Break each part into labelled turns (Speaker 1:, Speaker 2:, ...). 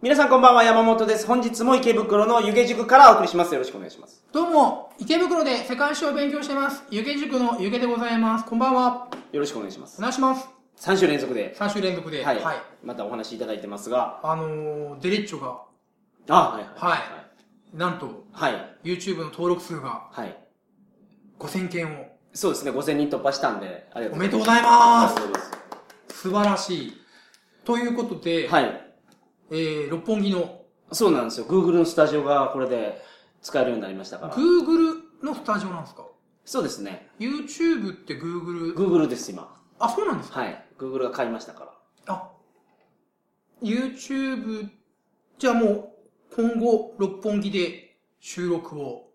Speaker 1: 皆さんこんばんは、山本です。本日も池袋の湯気塾からお送りします。よろしくお願いします。
Speaker 2: どうも、池袋で世界史を勉強してます。湯気塾の湯気でございます。こんばんは。
Speaker 1: よろしくお願いします
Speaker 2: お。願いします。
Speaker 1: 3週連続で、
Speaker 2: 3週連続で。
Speaker 1: はい、またお話しいただいてますが、
Speaker 2: あのー、デレッチョが、
Speaker 1: あ、はい、
Speaker 2: なんと、
Speaker 1: はい。はい。
Speaker 2: YouTube の登録数が
Speaker 1: はい。
Speaker 2: 5000件を。
Speaker 1: そうですね、5000人突破したんで、ありがとう
Speaker 2: お
Speaker 1: ござ
Speaker 2: め
Speaker 1: い
Speaker 2: で
Speaker 1: ます。
Speaker 2: とうございます。
Speaker 1: ありがとうございます。
Speaker 2: 素晴らしい。ということで、
Speaker 1: はい。
Speaker 2: えー、六本木の
Speaker 1: そうなんですよ、Google のスタジオがこれで使えるようになりましたから。
Speaker 2: Google のスタジオなんですか
Speaker 1: そうですね、
Speaker 2: ?YouTube って Google、
Speaker 1: Google です、今。
Speaker 2: あ、そうなんですか
Speaker 1: はい。Google が買いましたから。
Speaker 2: あ、YouTube、じゃあもう、今後、六本木で収録を。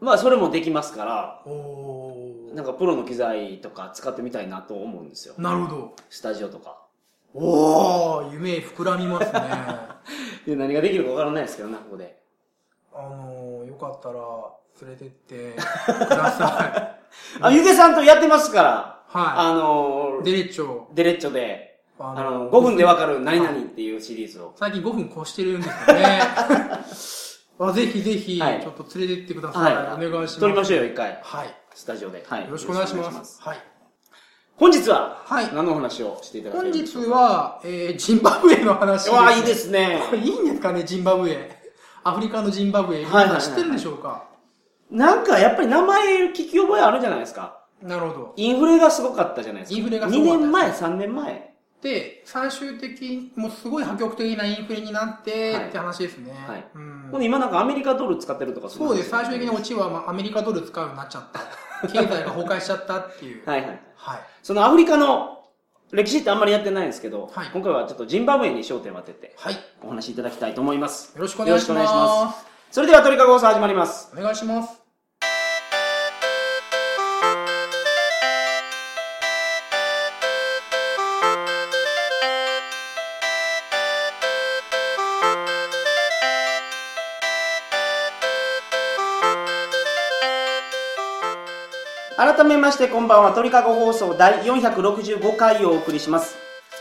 Speaker 1: まあ、それもできますから、
Speaker 2: お
Speaker 1: なんかプロの機材とか使ってみたいなと思うんですよ。
Speaker 2: なるほど。
Speaker 1: スタジオとか。
Speaker 2: おー、夢膨ら みますね。あ
Speaker 1: で、何ができるかわからないですけどな、ここで。
Speaker 2: のー、よかったら、連れてってください。
Speaker 1: あ、ゆげさんとやってますから、
Speaker 2: は
Speaker 1: あのー、
Speaker 2: い。デレッチョ、
Speaker 1: デレッチョで、
Speaker 2: あ
Speaker 1: あのー、5分でわかる何々っていうシリーズを。
Speaker 2: 最近5分越してるんですよ ね。あぜひぜひ、ち
Speaker 1: はい
Speaker 2: ょっと連れてってください。
Speaker 1: はい。
Speaker 2: お願いします。
Speaker 1: 撮りましょうよ、一回。
Speaker 2: はい。
Speaker 1: スタジオで。はい。
Speaker 2: よろしくお願いし
Speaker 1: よろく
Speaker 2: ま。す。はい。
Speaker 1: 本日は、
Speaker 2: はい
Speaker 1: 何のお話をしていただけ
Speaker 2: 本
Speaker 1: るでし
Speaker 2: 日
Speaker 1: ょう
Speaker 2: は、えー、ジンバブエの話
Speaker 1: か。うわあ、いいですね。
Speaker 2: これいいんですかね、ジンバブエ。アフリカのジンバブエ。
Speaker 1: はいはいはい
Speaker 2: 知ってるんでしょうか
Speaker 1: なんか、やっぱり名前聞き覚えあるじゃないですか。
Speaker 2: なるほど。
Speaker 1: インフレがすごかったじゃないですか。
Speaker 2: インフレがす
Speaker 1: 2
Speaker 2: ごかった
Speaker 1: 年前、3年前。
Speaker 2: で、最終的に、もうすごい破局的なインフレになって、
Speaker 1: はい
Speaker 2: って話ですね。
Speaker 1: はい
Speaker 2: うん
Speaker 1: ほんで今なんかアメリカドル使ってるとかんな
Speaker 2: そうです、最終的に
Speaker 1: は
Speaker 2: オチは、まあ、アメリカドル使うようになっちゃった。経済が崩壊しちゃったっていう。はい。
Speaker 1: いはい。そのアフリカの歴史ってあんまりやってないんですけど、
Speaker 2: はい
Speaker 1: 今回はちょっとジンバブエに焦点を当てて
Speaker 2: はい。よ
Speaker 1: お話しいただきたいと思います。
Speaker 2: ろしくお願いし
Speaker 1: よろしくお願いし
Speaker 2: ま。
Speaker 1: ますそれでは鳥かご放送始まります。
Speaker 2: お願いします。
Speaker 1: 改めましてこんばんは鳥かご放送第465回をお送りします。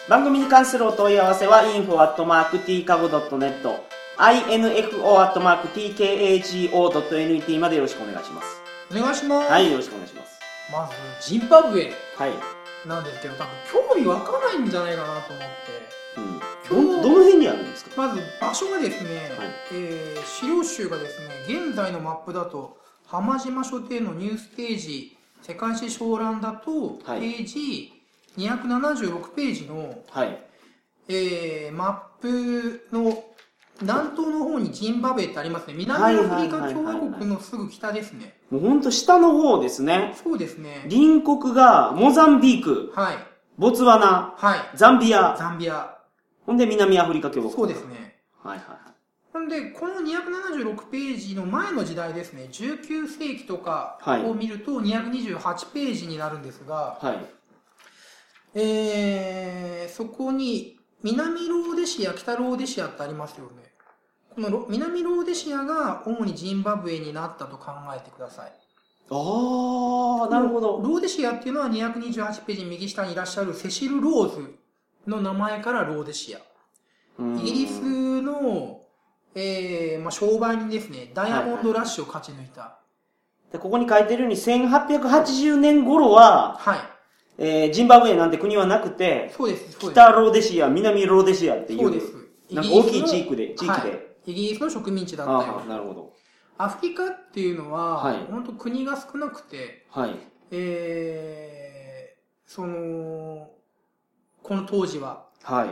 Speaker 1: 番組に関するお問い合わせは info.tkago.net info.tkago.net までよろしくお願いします。
Speaker 2: お願いします。
Speaker 1: はい、よろしくお願いします。
Speaker 2: まず、ジンバブエ
Speaker 1: はい。
Speaker 2: なんですけど、多分興味湧かないんじゃないかなと思っ
Speaker 1: う
Speaker 2: て。
Speaker 1: ん。ど、どの辺にあるんですか
Speaker 2: まず場所がですね、
Speaker 1: はい
Speaker 2: えー資料集がですね現在のマップだと浜島書店のニュースページ世界史小覧だと、
Speaker 1: はい
Speaker 2: ページ276ページの、
Speaker 1: はい。
Speaker 2: えーマップの南東の方にジンバブエってありますね南アフリカ共和国のすぐ北ですね
Speaker 1: もうほんと下の方ですね。
Speaker 2: そうですね
Speaker 1: 隣国がモザンビーク、
Speaker 2: はい
Speaker 1: ボツワナ、
Speaker 2: はい
Speaker 1: ザンビア、
Speaker 2: ザンビア
Speaker 1: ほんで南アフリカ共和国。
Speaker 2: そうですね
Speaker 1: はいはい
Speaker 2: ほんで、この276ページの前の時代ですね、19世紀とか
Speaker 1: はい
Speaker 2: を見ると228ページになるんですが、
Speaker 1: はい。はい。
Speaker 2: えー、そこに南ローデシア、北ローデシアってありますよね。このロ南ローデシアが主にジンバブエになったと考えてください。
Speaker 1: ああ、なるほど。
Speaker 2: ローデシアっていうのは228ページ右下にいらっしゃるセシル・ローズの名前からローデシア。
Speaker 1: うん
Speaker 2: イギリスの、えーまあ、商売人ですね、ダイヤモンドラッシュを勝ち抜いた。
Speaker 1: でここに書いてるように1880年頃は、
Speaker 2: はい。
Speaker 1: えージンバブエなんて国はなくて、
Speaker 2: そうです。そうです
Speaker 1: 北ローデシア、南ローデシアってい
Speaker 2: そうです
Speaker 1: う。。なんか大きい地域で
Speaker 2: イギリス
Speaker 1: 地
Speaker 2: の
Speaker 1: 域で
Speaker 2: はいイギリスの植民地だった
Speaker 1: あ
Speaker 2: よ
Speaker 1: あ、。なるほど。
Speaker 2: アフリカっていうのは、
Speaker 1: はい
Speaker 2: 本当国が少なくて、
Speaker 1: はい。
Speaker 2: えー、その、この当時は、
Speaker 1: はい。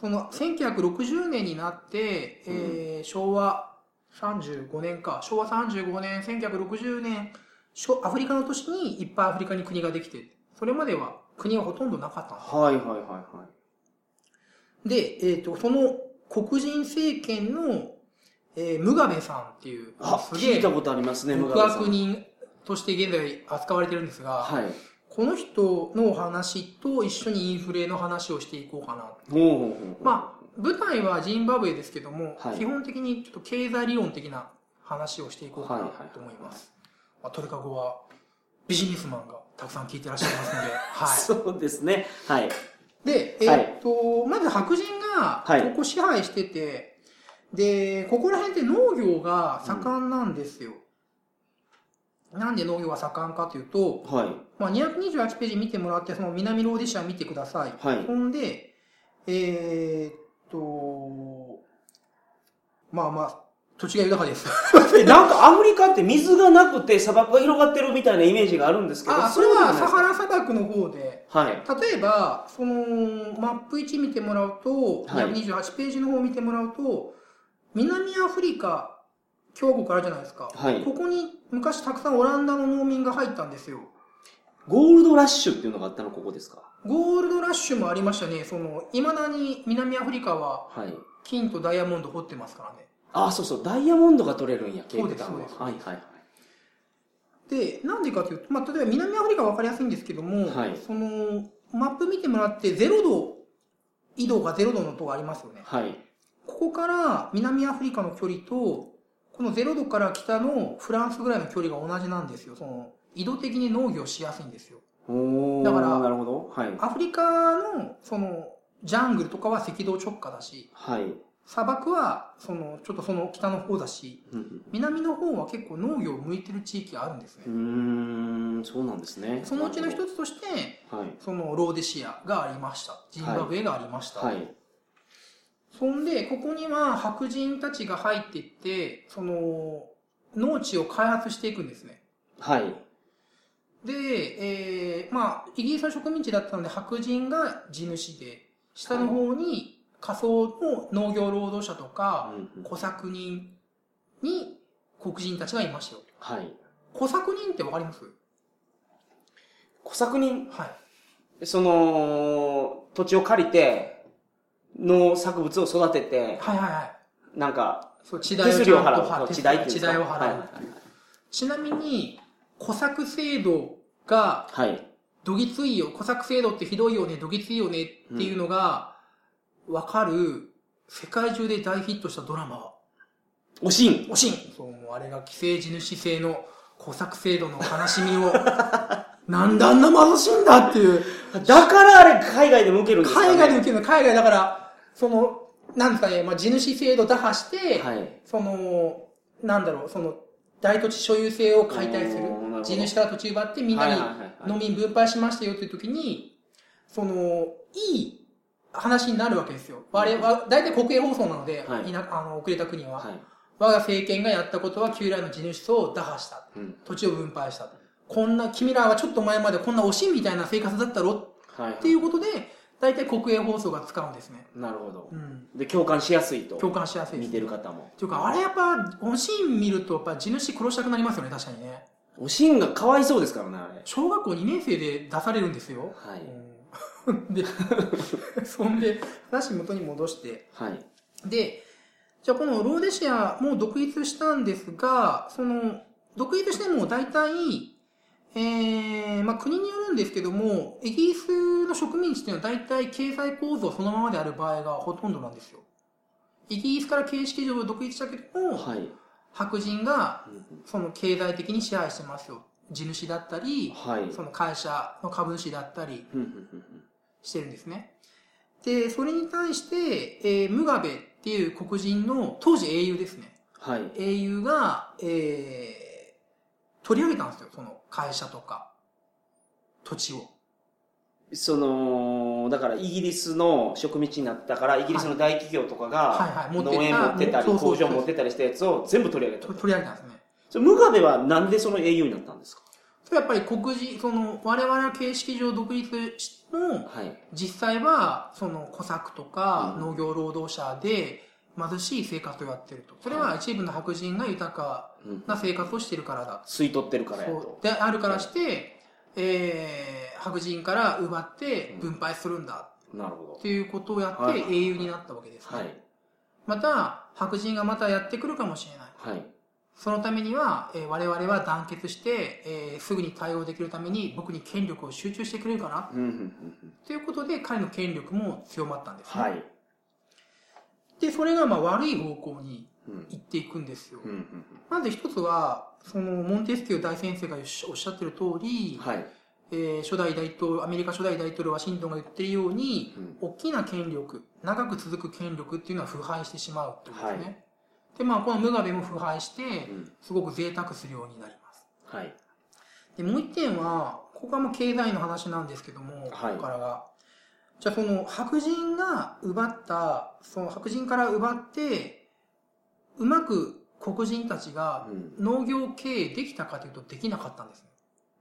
Speaker 2: その1960年になって、えー昭和35年か、昭和35年、1960年、しょアフリカの年にいっぱいアフリカに国ができて、それまでは国はほとんどなかったんです。
Speaker 1: はいはいはいは
Speaker 2: で、えっ、と、その黒人政権の、えームガベさんっていう、
Speaker 1: い。あ、
Speaker 2: すげ
Speaker 1: 聞い
Speaker 2: え、
Speaker 1: たことありますね、
Speaker 2: 極
Speaker 1: 村さん
Speaker 2: 悪人として現在扱われてるんですが、
Speaker 1: はい。
Speaker 2: この人のお話と一緒にインフレの話をしていこうかなと
Speaker 1: ほうほうほう。
Speaker 2: まあ、舞台はジンバブエですけども、
Speaker 1: はい
Speaker 2: 基本的にちょっと経済理論的な話をしていこうかな
Speaker 1: はいはい
Speaker 2: と思います。まあ、トリカゴはビジネスマンがたくさん聞いてらっしゃいますの で、は
Speaker 1: そうですね。はい。
Speaker 2: い。で、え
Speaker 1: はい
Speaker 2: ーっと、まず白人が
Speaker 1: はい
Speaker 2: ここ支配してて、で、ここら辺って農業が盛んなんですよ。なんで農業が盛んかというと、
Speaker 1: はい。
Speaker 2: まあ、228ページ見てもらって、その南ローデシア見てください。
Speaker 1: はい
Speaker 2: ほんで、えーっと、まあまあ、土地が豊 かです。
Speaker 1: えなんかアフリカって水がなくて砂漠が広がってるみたいなイメージがあるんですけど、
Speaker 2: あ、それはサ
Speaker 1: は
Speaker 2: ハラ砂漠の方で、
Speaker 1: はい。
Speaker 2: 例えばそのマップ1見てもらうと、
Speaker 1: はい
Speaker 2: 228ページの方を見てもらうと南アフリカ共和国あるじゃないですか、
Speaker 1: はい
Speaker 2: ここに昔たくさんオランダの農民が入ったんですよ
Speaker 1: ゴールドラッシュっていうのがあったのここですか
Speaker 2: ゴールドラッシュもありましたねそのいまだに南アフリカは
Speaker 1: はい。
Speaker 2: 金とダイヤモンド掘ってますからね
Speaker 1: あ、そうそう、ダイヤモンドが取れるんや、ケープタウン
Speaker 2: そう
Speaker 1: は。
Speaker 2: です
Speaker 1: はいはい
Speaker 2: でなんでかというと、まあ、例えば南アフリカは分かりやすいんですけども、
Speaker 1: はい
Speaker 2: そのマップ見てもらって0度緯度が0度のとこありますよね
Speaker 1: はい。はい。
Speaker 2: ここから南アフリカの距離と、この0度から北のフランスぐらいの距離が同じなんですよ。その、緯度的に農業しやすいんですよ。
Speaker 1: おー
Speaker 2: だから
Speaker 1: なるほど。はい。
Speaker 2: アフリカの、その、ジャングルとかは赤道直下だし、
Speaker 1: はい。
Speaker 2: 砂漠は、その、ちょっとその北の方だし、
Speaker 1: うん
Speaker 2: 南の方は結構農業を向いてる地域があるんです
Speaker 1: う
Speaker 2: ね。
Speaker 1: んうーん、そうなんですね。
Speaker 2: そのうちの一つとして、
Speaker 1: はい。
Speaker 2: その、ローデシアがありました。ジンバブエがありました。
Speaker 1: はい。
Speaker 2: そんで、ここには白人たちが入っていって、その、農地を開発していくんですね。
Speaker 1: はい。
Speaker 2: で、えー、まあ、イギリスは植民地だったので、白人が地主で、下の方に仮想の農業労働者とか、
Speaker 1: うんうん
Speaker 2: 小作人に黒人たちがいましたよ。
Speaker 1: はい。
Speaker 2: 小作人ってわかります
Speaker 1: 小作人、
Speaker 2: はい。
Speaker 1: その、土地を借りて、農作物を育てて、
Speaker 2: はいはいはい。
Speaker 1: なんか、
Speaker 2: そう、地
Speaker 1: 手
Speaker 2: 代を
Speaker 1: 数
Speaker 2: ちゃ
Speaker 1: 料
Speaker 2: んと
Speaker 1: 払
Speaker 2: は
Speaker 1: う。地代っていうん
Speaker 2: 地
Speaker 1: ですか
Speaker 2: 代を払う。ちなみに、小作制度が、
Speaker 1: はい。はい。
Speaker 2: どぎついよ、小作制度ってひどいよね、どぎついよねっていうのが、わかる、世界中で大ヒットしたドラマは、
Speaker 1: おしん。
Speaker 2: おしんそう、もうあれが寄生地主制の小作制度の悲しみを、 なんであんな貧しいんだっていう。
Speaker 1: だからあれ、海外でも受けるんですか、ね、
Speaker 2: 海外で受けるの、海外だから、その、なんですかね、まあ、地主制度打破して、
Speaker 1: はい。
Speaker 2: その、なんだろう、その、大土地所有制を解体する
Speaker 1: おーなるほ。ど
Speaker 2: 地主から土地奪ってみんなに
Speaker 1: はいはいはいはい
Speaker 2: 農民分配しましたよっていう時に、その、いい話になるわけですよ。我々は、大体国営放送なので、
Speaker 1: はい
Speaker 2: 田あの遅れた国は、
Speaker 1: はい。
Speaker 2: 我が政権がやったことは旧来の地主層を打破した。
Speaker 1: うん。
Speaker 2: 土地を分配した。こんな、君らはちょっと前までこんなおしんみたいな生活だったろ
Speaker 1: はい。
Speaker 2: っていうことで、大体国営放送が使うんですね。
Speaker 1: なるほど
Speaker 2: う。ん。
Speaker 1: で、共感しやすいと。
Speaker 2: 共感しやすいです
Speaker 1: 見てる方も。
Speaker 2: っていうか、あれやっぱ、おしん見ると、やっぱ地主殺したくなりますよね、確かにね。
Speaker 1: おしんがかわいそうですからね、あれ。
Speaker 2: 小学校2年生で出されるんですよ。
Speaker 1: はい
Speaker 2: うんで、 そんで、話元に戻して。
Speaker 1: はい。
Speaker 2: で、じゃあこのローデシアも独立したんですが、その、独立しても大体、えー、まあ国によるんですけども、イギリスの植民地っていうのは大体経済構造そのままである場合がほとんどなんですよ。イギリスから形式上独立したけども、
Speaker 1: はい。
Speaker 2: 白人がその経済的に支配してますよ。地主だったり、
Speaker 1: はい。
Speaker 2: その会社の株主だったり
Speaker 1: ふんふんふんふん
Speaker 2: してるんですね。で、それに対して、えームガベっていう黒人の当時英雄ですね。
Speaker 1: はい。
Speaker 2: 英雄が、えー取り上げたんですよ。その会社とか、土地を。
Speaker 1: その、だからイギリスの植民地になったから、イギリスの大企業とか
Speaker 2: はい
Speaker 1: が、
Speaker 2: はい持ってた
Speaker 1: 農園持ってたり、
Speaker 2: そうそう
Speaker 1: 工
Speaker 2: そう
Speaker 1: 場持ってたりしたやつを全部取り上げた
Speaker 2: と。取り上げたんですね。
Speaker 1: それムガベはなんでその英雄になったんですか
Speaker 2: それやっぱり黒人、その我々は形式上独立しても、
Speaker 1: はい。
Speaker 2: 実際はその小作とか
Speaker 1: うん
Speaker 2: 農業労働者で貧しい生活をやってるとそれは一部の白人が豊か
Speaker 1: うん
Speaker 2: な生活をしてるからだ
Speaker 1: 吸い取ってるからや
Speaker 2: そ
Speaker 1: と。
Speaker 2: うであるからして、えー白人から奪って分配するんだ
Speaker 1: なるほ
Speaker 2: っていうことをや
Speaker 1: は
Speaker 2: っ
Speaker 1: い
Speaker 2: て英雄になったわけですね、
Speaker 1: ど。はい。
Speaker 2: また白人がまたやってくるかもしれない
Speaker 1: はい。
Speaker 2: そのためには、えー我々は団結して、えーすぐに対応できるために僕に権力を集中してくれるかな
Speaker 1: うんうんうんうん
Speaker 2: ということで彼の権力も強まったんですね、
Speaker 1: はい。
Speaker 2: で、それがまあ悪い方向に
Speaker 1: うん
Speaker 2: 行っていくんですよ。
Speaker 1: うんうん
Speaker 2: まず一つは、そのモンテスキュー大先生がおっしゃってる通
Speaker 1: うん
Speaker 2: り、
Speaker 1: はい。
Speaker 2: えー初代大統領、アメリカ初代大統領ワシントンが言ってるように、大きな権力、長く続く権力っていうのは腐敗してしまうってことですね。
Speaker 1: は
Speaker 2: で、まあ、このムガベも腐敗して、
Speaker 1: うん
Speaker 2: すごく贅沢するようになります。
Speaker 1: はい。
Speaker 2: で、もう一点は、ここはもう経済の話なんですけども、
Speaker 1: はい
Speaker 2: ここからが。じゃあ、その白人が奪った、その白人から奪って、うまく黒人たちが
Speaker 1: うん。
Speaker 2: 農業経営できたかというとできなかったんですね。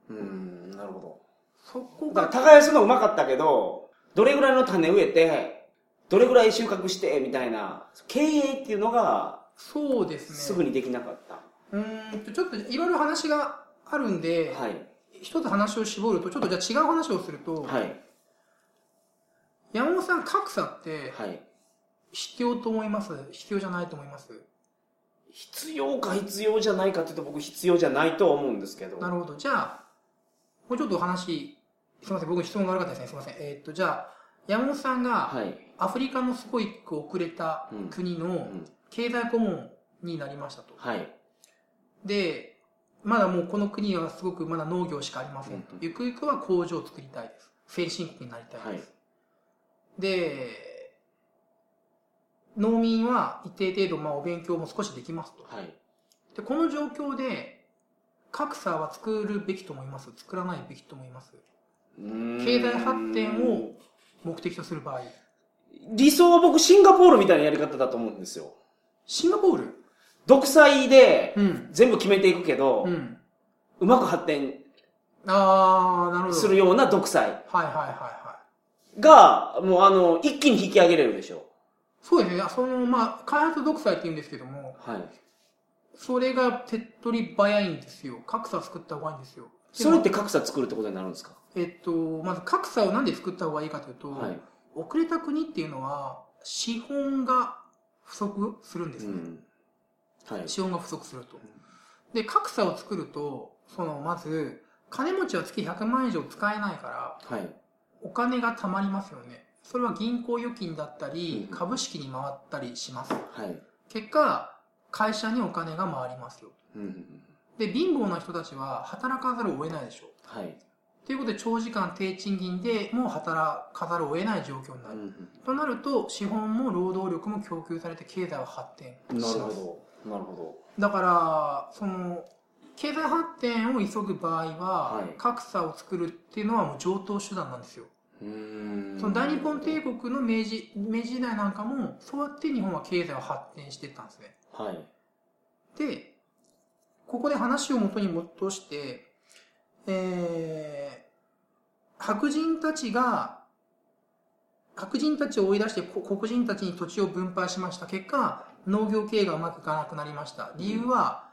Speaker 1: うん、なるほど。
Speaker 2: そこ
Speaker 1: だ
Speaker 2: が、
Speaker 1: から耕すのうまかったけど、どれぐらいの種植えて、どれぐらい収穫して、みたいな、経営っていうのが
Speaker 2: そうですね。
Speaker 1: すぐにできなかった。
Speaker 2: うーんと、ちょっといろいろ話があるんで、
Speaker 1: はい。
Speaker 2: 一つ話を絞ると、ちょっとじゃあ違う話をすると、
Speaker 1: はい。
Speaker 2: 山本さん格差って
Speaker 1: はい。
Speaker 2: 必要と思います必要じゃないと思います
Speaker 1: 必要か必要じゃないかっていうと僕必要じゃないとは思うんですけど。
Speaker 2: なるほど。じゃあ、もうちょっとお話、すみません、僕質問が悪かったですね。すみません。えーっと、じゃあ、山本さんが
Speaker 1: はい。
Speaker 2: アフリカのすごい遅れた国
Speaker 1: う
Speaker 2: の
Speaker 1: ん。
Speaker 2: 経済顧問になりましたと。
Speaker 1: はい。
Speaker 2: で、まだもうこの国はすごくまだ農業しかありませんと
Speaker 1: うん。
Speaker 2: ゆくゆくは工場を作りたいです。先進国になりたいです。で、農民は一定程度、まあ、お勉強も少しできますと。
Speaker 1: はい。
Speaker 2: で、この状況で、格差は作るべきと思います作らないべきと思います
Speaker 1: うーん
Speaker 2: 経済発展を目的とする場合。
Speaker 1: 理想は僕シンガポールみたいなやり方だと思うんですよ。
Speaker 2: シンガポール
Speaker 1: 独裁で
Speaker 2: うん。
Speaker 1: 全部決めていくけど、う
Speaker 2: うん。
Speaker 1: まく発展
Speaker 2: あー、なるほど。
Speaker 1: するような独裁
Speaker 2: はいはいはいはい。
Speaker 1: が、もうあの、一気に引き上げれるでしょ
Speaker 2: そうですね。その、まあ、開発独裁って言うんですけども、
Speaker 1: はい。
Speaker 2: それが手っ取り早いんですよ。格差作った方がいいんですよ。
Speaker 1: それって格差作るってことになるんですか
Speaker 2: えっと、まず格差をなんで作った方がいいかというと、
Speaker 1: はい。
Speaker 2: 遅れた国っていうのは、資本が不足するんです
Speaker 1: う
Speaker 2: ね。
Speaker 1: ん。はい。
Speaker 2: 資本が不足すると。で、格差を作ると、その、まず、金持ちは月100万円以上使えないから、
Speaker 1: はい。
Speaker 2: お金が貯まりますよね。それは銀行預金だったり、
Speaker 1: うん
Speaker 2: 株式に回ったりします。
Speaker 1: はい。
Speaker 2: 結果、会社にお金が回りますよ。
Speaker 1: うん。
Speaker 2: で、貧乏な人たちは働かざるを得ないでしょう。
Speaker 1: はい。
Speaker 2: ということで、長時間低賃金でもう働かざるを得ない状況にな
Speaker 1: う
Speaker 2: る。
Speaker 1: ん
Speaker 2: となると、資本も労働力も供給されて経済は発展しま
Speaker 1: な
Speaker 2: す。
Speaker 1: るほど。なるほ
Speaker 2: だから、その、経済発展を急ぐ場合は、
Speaker 1: はい
Speaker 2: 格差を作るっていうのはもう上等手段なんですよ。
Speaker 1: ど。うーん。
Speaker 2: その大日本帝国の明治、明治時代なんかも、そうやって日本は経済を発展していったんですね。
Speaker 1: はい。
Speaker 2: で、ここで話を元に戻して、えー、白人たちが、白人たちを追い出してこ黒人たちに土地を分配しました。結果、農業経営がうまくいかなくなりました。理由は、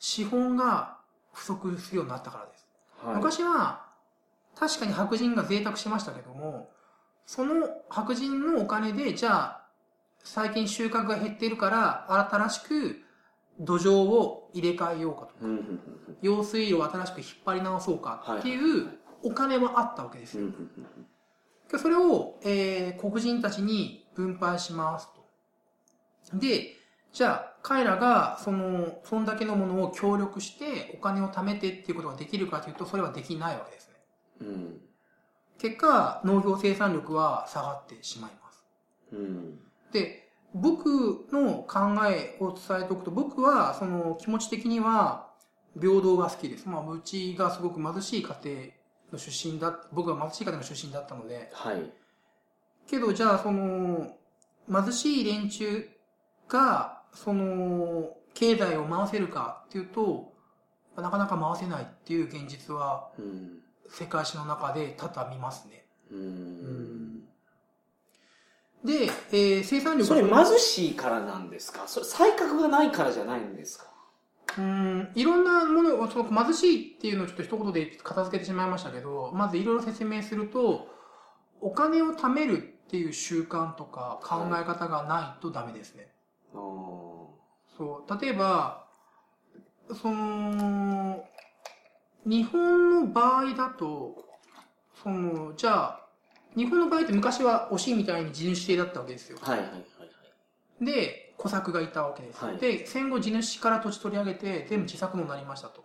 Speaker 2: 資本が不足するようになったからです。
Speaker 1: はい。
Speaker 2: 昔は、確かに白人が贅沢しましたけども、その白人のお金で、じゃあ、最近収穫が減っているから、新しく土壌を入れ替えようかと。
Speaker 1: うんうんうん
Speaker 2: 用水路を新しく引っ張り直そうかっていうお金はあったわけです
Speaker 1: うんう
Speaker 2: よ。
Speaker 1: んうん
Speaker 2: でそれを、えー黒人たちに分配しますと。で、じゃあ、彼らが、その、そんだけのものを協力して、お金を貯めてっていうことができるかというと、それはできないわけですね。
Speaker 1: うん
Speaker 2: 結果、農業生産力は下がってしまいます。
Speaker 1: うん
Speaker 2: で、僕の考えを伝えておくと、僕は、その、気持ち的には、平等が好きです。まあ、うちがすごく貧しい家庭の出身だ、僕は貧しい家庭の出身だったので、
Speaker 1: はい
Speaker 2: けど、じゃあ、その、貧しい連中が、その、経済を回せるかっていうと、なかなか回せないっていう現実は、
Speaker 1: うん
Speaker 2: 世界史の中で多々見ますね。
Speaker 1: うん
Speaker 2: で、えー生産量が
Speaker 1: それ貧しいからなんですかそれ才覚がないからじゃないんですか
Speaker 2: うーん、いろんなものを、その貧しいっていうのをちょっと一言で片付けてしまいましたけど、まずいろいろ説明すると、お金を貯めるっていう習慣とか考え方がないとダメですね。
Speaker 1: あー
Speaker 2: そう。例えば、その、日本の場合だと、その、じゃあ、日本の場合って昔はおしみたいに地主制だったわけですよ。
Speaker 1: はいはいはい
Speaker 2: で、小作がいたわけです。
Speaker 1: はい
Speaker 2: で、戦後地主から土地取り上げて、全部自作もなりましたと。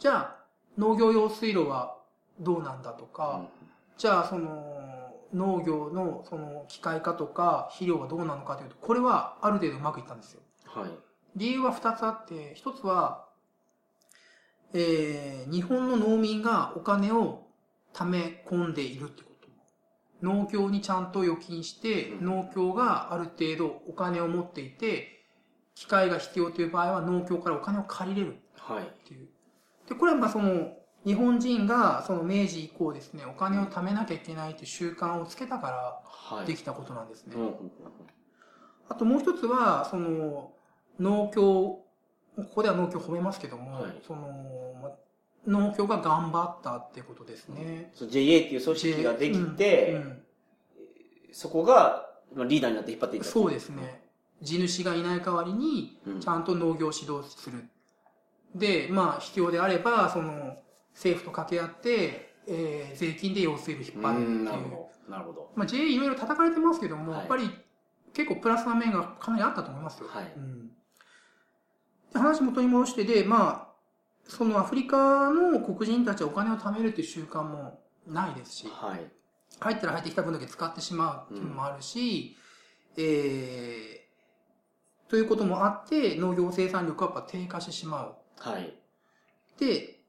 Speaker 2: じゃあ、農業用水路はどうなんだとか、じゃあその農業のその機械化とか肥料はどうなのかというとこれはある程度うまくいったんですよ
Speaker 1: はい。
Speaker 2: 理由は2つあって1つは、えー日本の農民がお金を貯め込んでいるってこと農協にちゃんと預金して
Speaker 1: うん
Speaker 2: 農協がある程度お金を持っていて機械が必要という場合は農協からお金を借りれる
Speaker 1: はい。
Speaker 2: っていう。で、これはまあその、日本人がその明治以降ですね、お金を貯めなきゃいけないという習慣をつけたか
Speaker 1: は
Speaker 2: ら
Speaker 1: い。
Speaker 2: できたことなんですね。
Speaker 1: うんうんうん
Speaker 2: あともう一つは、その、農協、ここでは農協褒めますけども、
Speaker 1: はい
Speaker 2: その、ま農協が頑張ったってことですね。
Speaker 1: そう JA っていう組織ができて、
Speaker 2: うんうん
Speaker 1: そこがまあリーダーになって引っ張っていった。
Speaker 2: そうですね。地主がいない代わりに、
Speaker 1: うん。
Speaker 2: ちゃんと農業を指導する。で、まあ、必要であれば、その、政府と掛け合って、えー税金で用水路引っ張
Speaker 1: う
Speaker 2: る
Speaker 1: ん
Speaker 2: っ
Speaker 1: な
Speaker 2: て
Speaker 1: る
Speaker 2: いう。
Speaker 1: ほど。なるほど。
Speaker 2: まあ、JA いろいろ叩かれてますけども、
Speaker 1: はい
Speaker 2: やっぱり、結構プラスな面がかなりあったと思いますよ。
Speaker 1: はい
Speaker 2: うんで話元に戻してで、まあ、そのアフリカの黒人たちはお金を貯めるっていう習慣もないですし、
Speaker 1: はい。
Speaker 2: 入ったら入ってきた分だけ使ってしまうっていうのもあるし、えーということもあって、農業生産力はやっぱ低下してしま
Speaker 1: はい。
Speaker 2: う。で、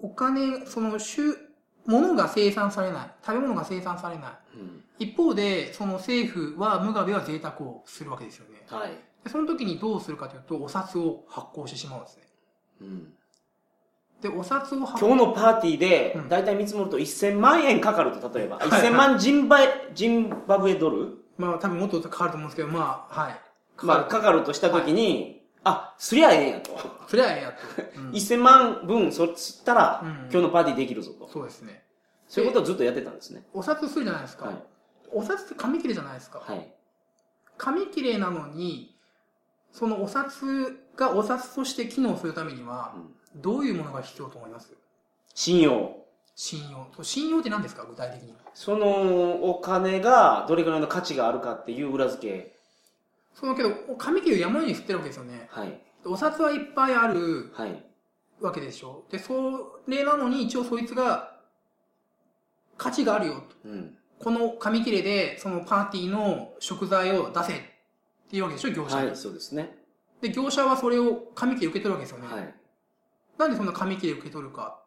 Speaker 2: お金、その、収物が生産されない。食べ物が生産されな
Speaker 1: うん。
Speaker 2: い。一方で、その政府は、ムガベは贅沢をするわけですよね。
Speaker 1: はい。
Speaker 2: でその時にどうするかというと、お札を発行してしまうんですね。
Speaker 1: うん。
Speaker 2: で、お札を発
Speaker 1: 今日のパーティーで
Speaker 2: う、ん
Speaker 1: だいたい見積もると1000万円かかると、例えば。
Speaker 2: はいはい
Speaker 1: 1000万ジンバイジンバブエドル
Speaker 2: まあ多分もっとかかると思うんですけど、まあ、はい。
Speaker 1: まあ、
Speaker 2: かか
Speaker 1: かかるとしたときに、あ、すりゃええんやと。
Speaker 2: る。それはええ やと。うん
Speaker 1: 1000万分、そったら、
Speaker 2: うん
Speaker 1: 今日のパーティーできるぞと。
Speaker 2: そうですね。
Speaker 1: そういうことをずっとやってたんですね。
Speaker 2: お札するじゃないですか、
Speaker 1: はい。
Speaker 2: お札って紙切れじゃないですか、
Speaker 1: はい。
Speaker 2: 紙切れなのにそのお札がお札として機能するためには
Speaker 1: うん
Speaker 2: どういうものが必要と思います
Speaker 1: 信用。
Speaker 2: 信用そう信用って何ですか具体的に
Speaker 1: そのお金がどれぐらいの価値があるかっていう裏付け。
Speaker 2: そのけど紙切れを山のように振ってるわけですよね
Speaker 1: はい。
Speaker 2: お札はいっぱいある
Speaker 1: はい。
Speaker 2: わけでしょでそれなのに一応そいつが価値があるよと
Speaker 1: うん。
Speaker 2: この紙切れでそのパーティーの食材を出せっていうわけでしょ業者
Speaker 1: は
Speaker 2: に、
Speaker 1: い、そうですね。
Speaker 2: で業者はそれを紙切れ受け取るわけですよね、
Speaker 1: はい。
Speaker 2: なんでそんな紙切れを受け取るか。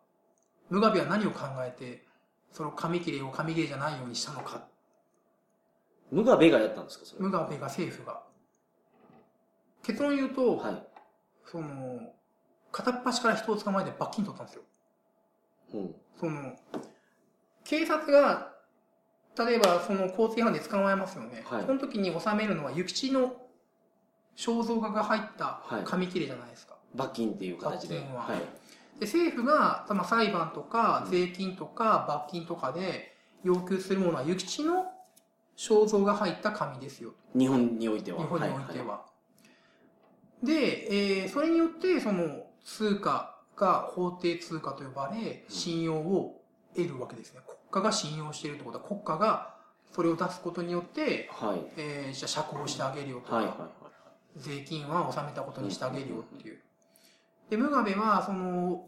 Speaker 2: ムガベは何を考えて、その紙切れを紙切れじゃないようにしたのか。
Speaker 1: ムガベがやったんですか、それ
Speaker 2: ム。ガベが政府が。結論言うと、
Speaker 1: はい。
Speaker 2: その、片っ端から人を捕まえて罰金取ったんですよ。
Speaker 1: うん。
Speaker 2: その、警察が、例えばその交通違反で捕まえますよね。
Speaker 1: はい
Speaker 2: その時に収めるのは、諭吉の肖像画が入った
Speaker 1: はい
Speaker 2: 紙切れじゃないですか。
Speaker 1: 罰金っていう形で。
Speaker 2: 罰金は
Speaker 1: はい。
Speaker 2: で政府がまあ裁判とか税金とか罰金とかで要求するものは諭吉の肖像が入った紙ですよ
Speaker 1: 日本において
Speaker 2: 日
Speaker 1: は。
Speaker 2: 本においては。
Speaker 1: は
Speaker 2: で、えーそれによってその通貨が法定通貨と呼ばれ
Speaker 1: うん
Speaker 2: 信用を得るわけですね国家が信用しているってことは国家がそれを出すことによって、
Speaker 1: い。はい。はい
Speaker 2: えーじゃあ釈放してあげるよとか、
Speaker 1: はい。はい
Speaker 2: 税金は納めたことにしてあげるよっていう。で、ムガベは、その、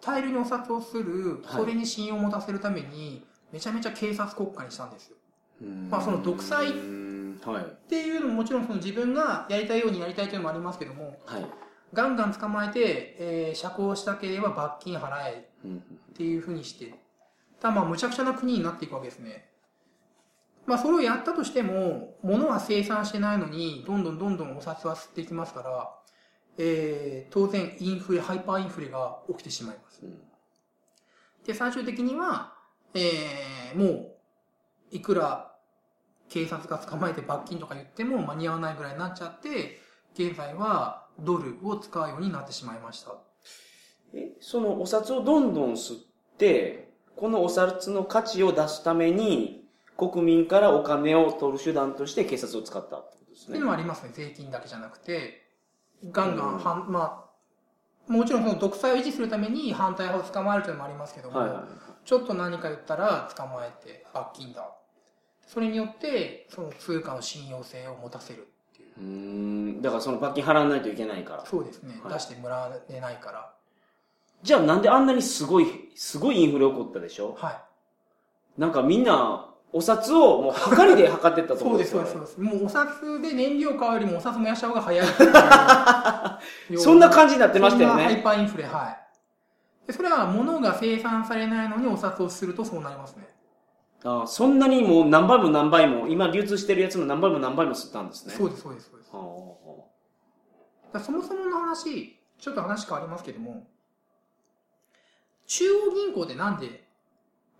Speaker 2: 大量にお札をす
Speaker 1: はい
Speaker 2: る、それに信用を持たせるために、めちゃめちゃ警察国家にしたんですよ。
Speaker 1: ま
Speaker 2: まあその独裁
Speaker 1: はい。
Speaker 2: っていうのももちろんその自分がやりたいようにやりたいというのもありますけども、
Speaker 1: はい。
Speaker 2: ガンガン捕まえて、えー釈放したければ罰金払え
Speaker 1: うん
Speaker 2: っていうふうにして、ただまあむちゃくちゃな国になっていくわけですね。まあそれをやったとしても、物は生産してないのに、どんどんどんどんお札は吸っていきますから、えー、当然インフレ、ハイパーインフレが起きてしまいます。
Speaker 1: うん
Speaker 2: で、最終的には、えー、もう、いくら警察が捕まえて罰金とか言っても間に合わないぐらいになっちゃって、現在はドルを使うようになってしまいました。
Speaker 1: え、そのお札をどんどん吸って、このお札の価値を出すために、国民からお金を取る手段として警察を使ったってことです
Speaker 2: ってい
Speaker 1: ね
Speaker 2: う。のはありますね、税金だけじゃなくて、ガンガン反、まあ、もちろんその独裁を維持するために反対派を捕まえるというのもありますけども、
Speaker 1: はいはいはい。
Speaker 2: ちょっと何か言ったら捕まえて罰金だ。それによって、その通貨の信用性を持たせる。
Speaker 1: うーん、だからその罰金払わないといけないから。
Speaker 2: そうですね、
Speaker 1: はい
Speaker 2: 出してもらえないから。
Speaker 1: じゃあなんであんなにすごい、すごいインフレ起こったでしょ
Speaker 2: はい。
Speaker 1: なんかみんな、お札をもう、はかりで測ってったと思
Speaker 2: そううんで、
Speaker 1: ですす
Speaker 2: そう
Speaker 1: よ、
Speaker 2: で
Speaker 1: ね。
Speaker 2: す、そうです。もうお札で燃料買うよりもお札燃やした方が早 い
Speaker 1: そんな
Speaker 2: じ
Speaker 1: 感じになってましたよ
Speaker 2: ハイ
Speaker 1: ね。
Speaker 2: パーインフレ、はい。でそれは物が生産されないのにお札をするとそうなりますね。
Speaker 1: ああそんなにもう何倍も何倍も、今流通してるやつの何倍も何倍も吸ったんですね。
Speaker 2: そうです、そうです、そうです。だか
Speaker 1: ああ
Speaker 2: らそもそもの話、ちょっと話変わりますけども、中央銀行ってなんで